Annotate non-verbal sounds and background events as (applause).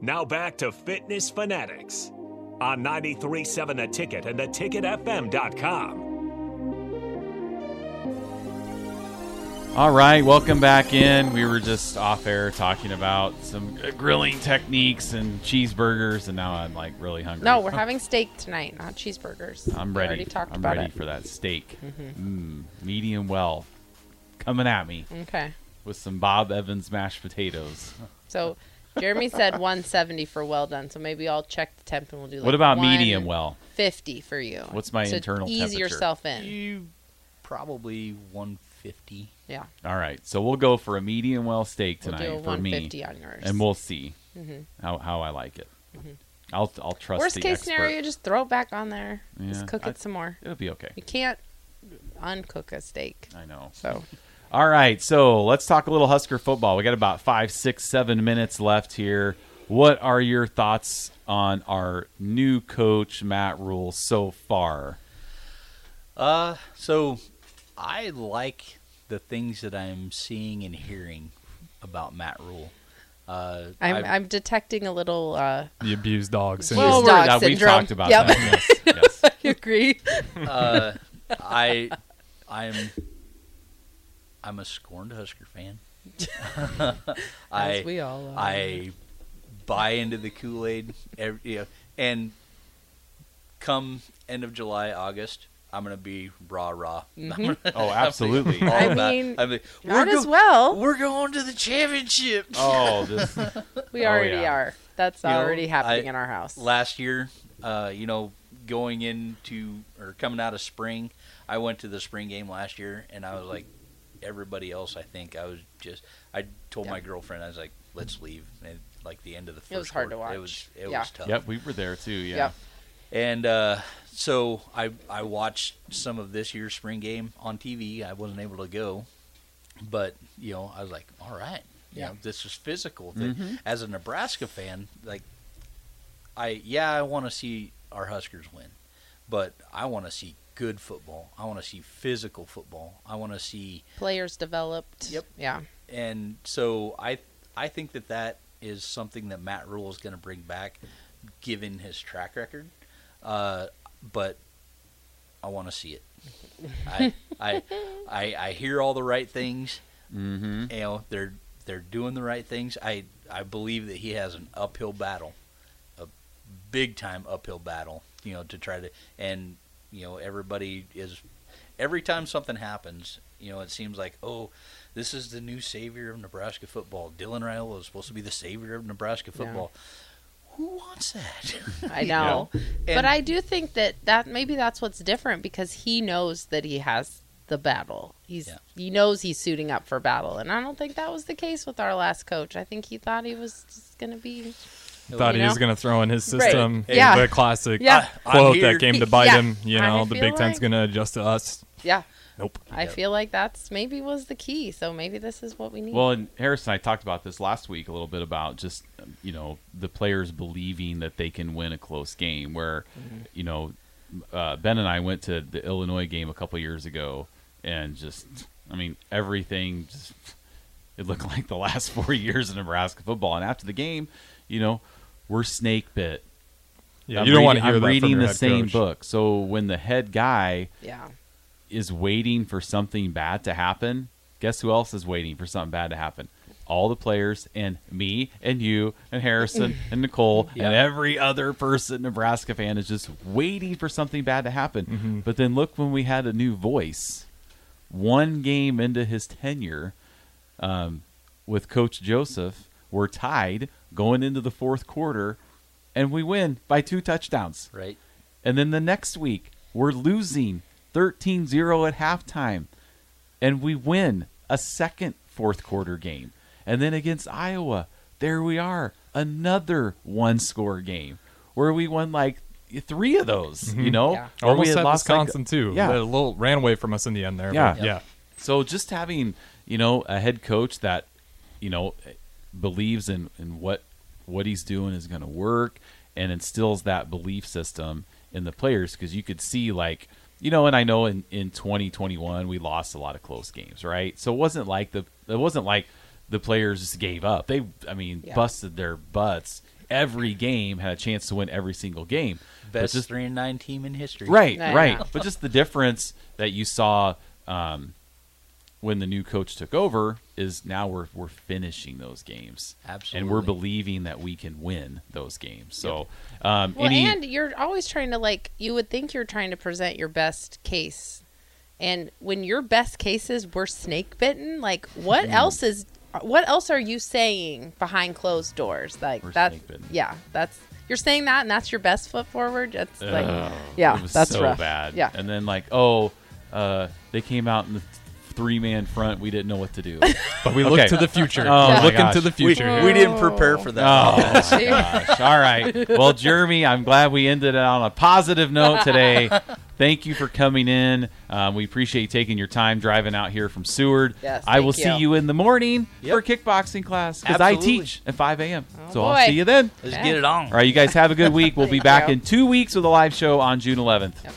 Now back to Fitness Fanatics on 937 The Ticket and theticketfm.com. All right, welcome back in. We were just off air talking about some grilling techniques and cheeseburgers, and now I'm like really hungry. No, we're having steak tonight, not cheeseburgers. I'm We ready. already talked I'm about ready it. Mm-hmm. for that steak, mm, medium well, coming at me Okay. with some Bob Evans mashed potatoes. So Jeremy said 170 for well done. So maybe I'll check the temp and we'll do like what about medium 150 well? for you. What's my to internal ease temperature? yourself in. You probably 150. Yeah. All right, so we'll go for a medium well steak We'll tonight do a for me, 150 on yours. and we'll see how, how I like it. I'll I'll trust Mm-hmm. Worst the case expert. scenario, just throw it back on there. Yeah, just cook I- it some more. It'll be okay. You can't uncook a steak. I know. So All right, so let's talk a little Husker football. We got about five, six, seven minutes left here. What are your thoughts on our new coach Matt Rule so far? Uh, so I like the things that I'm seeing and hearing about Matt Rule. Uh, I'm, I've- I'm detecting a little. Uh, The abused dog syndrome. Well, We've- dog that- we've syndrome. talked about Yep. that. Yes, yes. (laughs) you agree? uh, I (laughs) I'm I'm a scorned Husker fan. (laughs) I As we all uh, are. I buy into the Kool Aid, you know, and come end of July, August, I'm gonna be rah rah. Oh, absolutely. All I about- mean, I'm like, Not "We're as go- well. We're going to the championship. Oh, this, We Oh, already yeah. are. That's You know, already happening I- in our house. last year, uh, you know, going into or coming out of spring, I went to the spring game last year, and I was like everybody else. I think I was just. I told my girlfriend I was like, "Let's leave." And like the end of the first, It was hard to quarter- It watch. was it Yeah. was tough. yep, we were there too. Yeah. Yep. And uh, so I I watched some of this year's spring game on TV. I wasn't able to go, but you know I was like, all right, yeah, Yeah. this is physical. Th- As a Nebraska fan, like I yeah I want to see our Huskers win, but I want to see good football. I want to see physical football. I want to see Players developed. Yep. (laughs) Yeah. and so I I think that that is something that Matt Rule is going to bring back, given his track record. Uh, but I want to see it. I, I I I hear all the right things. Mm-hmm. You know, they're they're doing the right things. I I believe that he has an uphill battle, a big time uphill battle. You know, to try to and you know everybody is every time something happens. You know, it seems like oh, this is the new savior of Nebraska football. Dylan Raiola is supposed to be the savior of Nebraska football. Who wants that? (laughs) I know. But And- I do think that that maybe that's what's different because he knows that he has the battle. He's Yeah. he knows he's suiting up for battle, and I don't think that was the case with our last coach. I think he thought he was just gonna be Thought you he know? was going to throw in his Right. system. Yeah. The classic Yeah. I'm quote here. that came to He- bite yeah. him. You I know, the feel Big Ten's like- going to adjust to us. yeah. Nope. I Yeah. feel like that's maybe was the key. So maybe this is what we need. Well, and Harrison, I talked about this last week a little bit about just um, you know the players believing that they can win a close game. Where you know uh, Ben and I went to the Illinois game a couple years ago, and just I mean everything just it looked like the last (laughs) four years of Nebraska football. And after the game, you know we're snake bit. Yeah, I'm you don't want to reading- hear I'm that reading from your the head same coach. book. So when the head guy yeah. is waiting for something bad to happen, guess who else is waiting for something bad to happen? All the players and me and you and Harrison and Nicole and every other person Nebraska fan is just waiting for something bad to happen. But then look when we had a new voice, one game into his tenure um, with Coach Joseph, we're tied going into the fourth quarter and we win by two touchdowns. right. And then the next week, we're losing 13 0 at halftime. And we win a second fourth quarter game. And then against Iowa, there we are, another one score game where we won like three of those, you know? Yeah. Or we Almost had had lost like- Wisconsin too. Yeah. They a little ran away from us in the end there. Yeah. but yeah. So just having you know a head coach that you know believes in in what what he's doing is going to work and instills that belief system in the players because you could see like you know and I know in in 2021 we lost a lot of close games right so it wasn't like the it wasn't like the players just gave up. They, I mean, Yeah. busted their butts. Every game had a chance to win every single game. But Best just- three and nine team in history. Right, Yeah. right. But just the difference that you saw um, when the new coach took over is now we're we're finishing those games, and we're Absolutely. believing that we can win those games. So, um, Well, any and you're always trying to like you would think you're trying to present your best case, and when your best cases were snake bitten, like what Mm. else is what else are you saying behind closed doors? Like We're that's snake-bitten. yeah, that's you're saying that, and that's your best foot forward. That's Ugh, like yeah, it was that's so rough. bad. Yeah, and then like oh, uh, they came out in the three man front. We didn't know what to do. But we look Okay. to the future. Oh my looking gosh. to the We, we future. here. didn't prepare for that. Oh, (laughs) (laughs) gosh. All right. Well, Jeremy, I'm glad we ended it on a positive note today. Thank you for coming in. Um, we appreciate you taking your time driving out here from Seward. Yes, I will thank see you. you in the morning Yep. for kickboxing class because I Absolutely. teach at 5 a.m. Oh, so I'll boy. see you then. (laughs) Let's Yeah. get it on. All right, you guys have a good week. We'll be Thank back you. in two weeks with a live show on June 11th. Yep.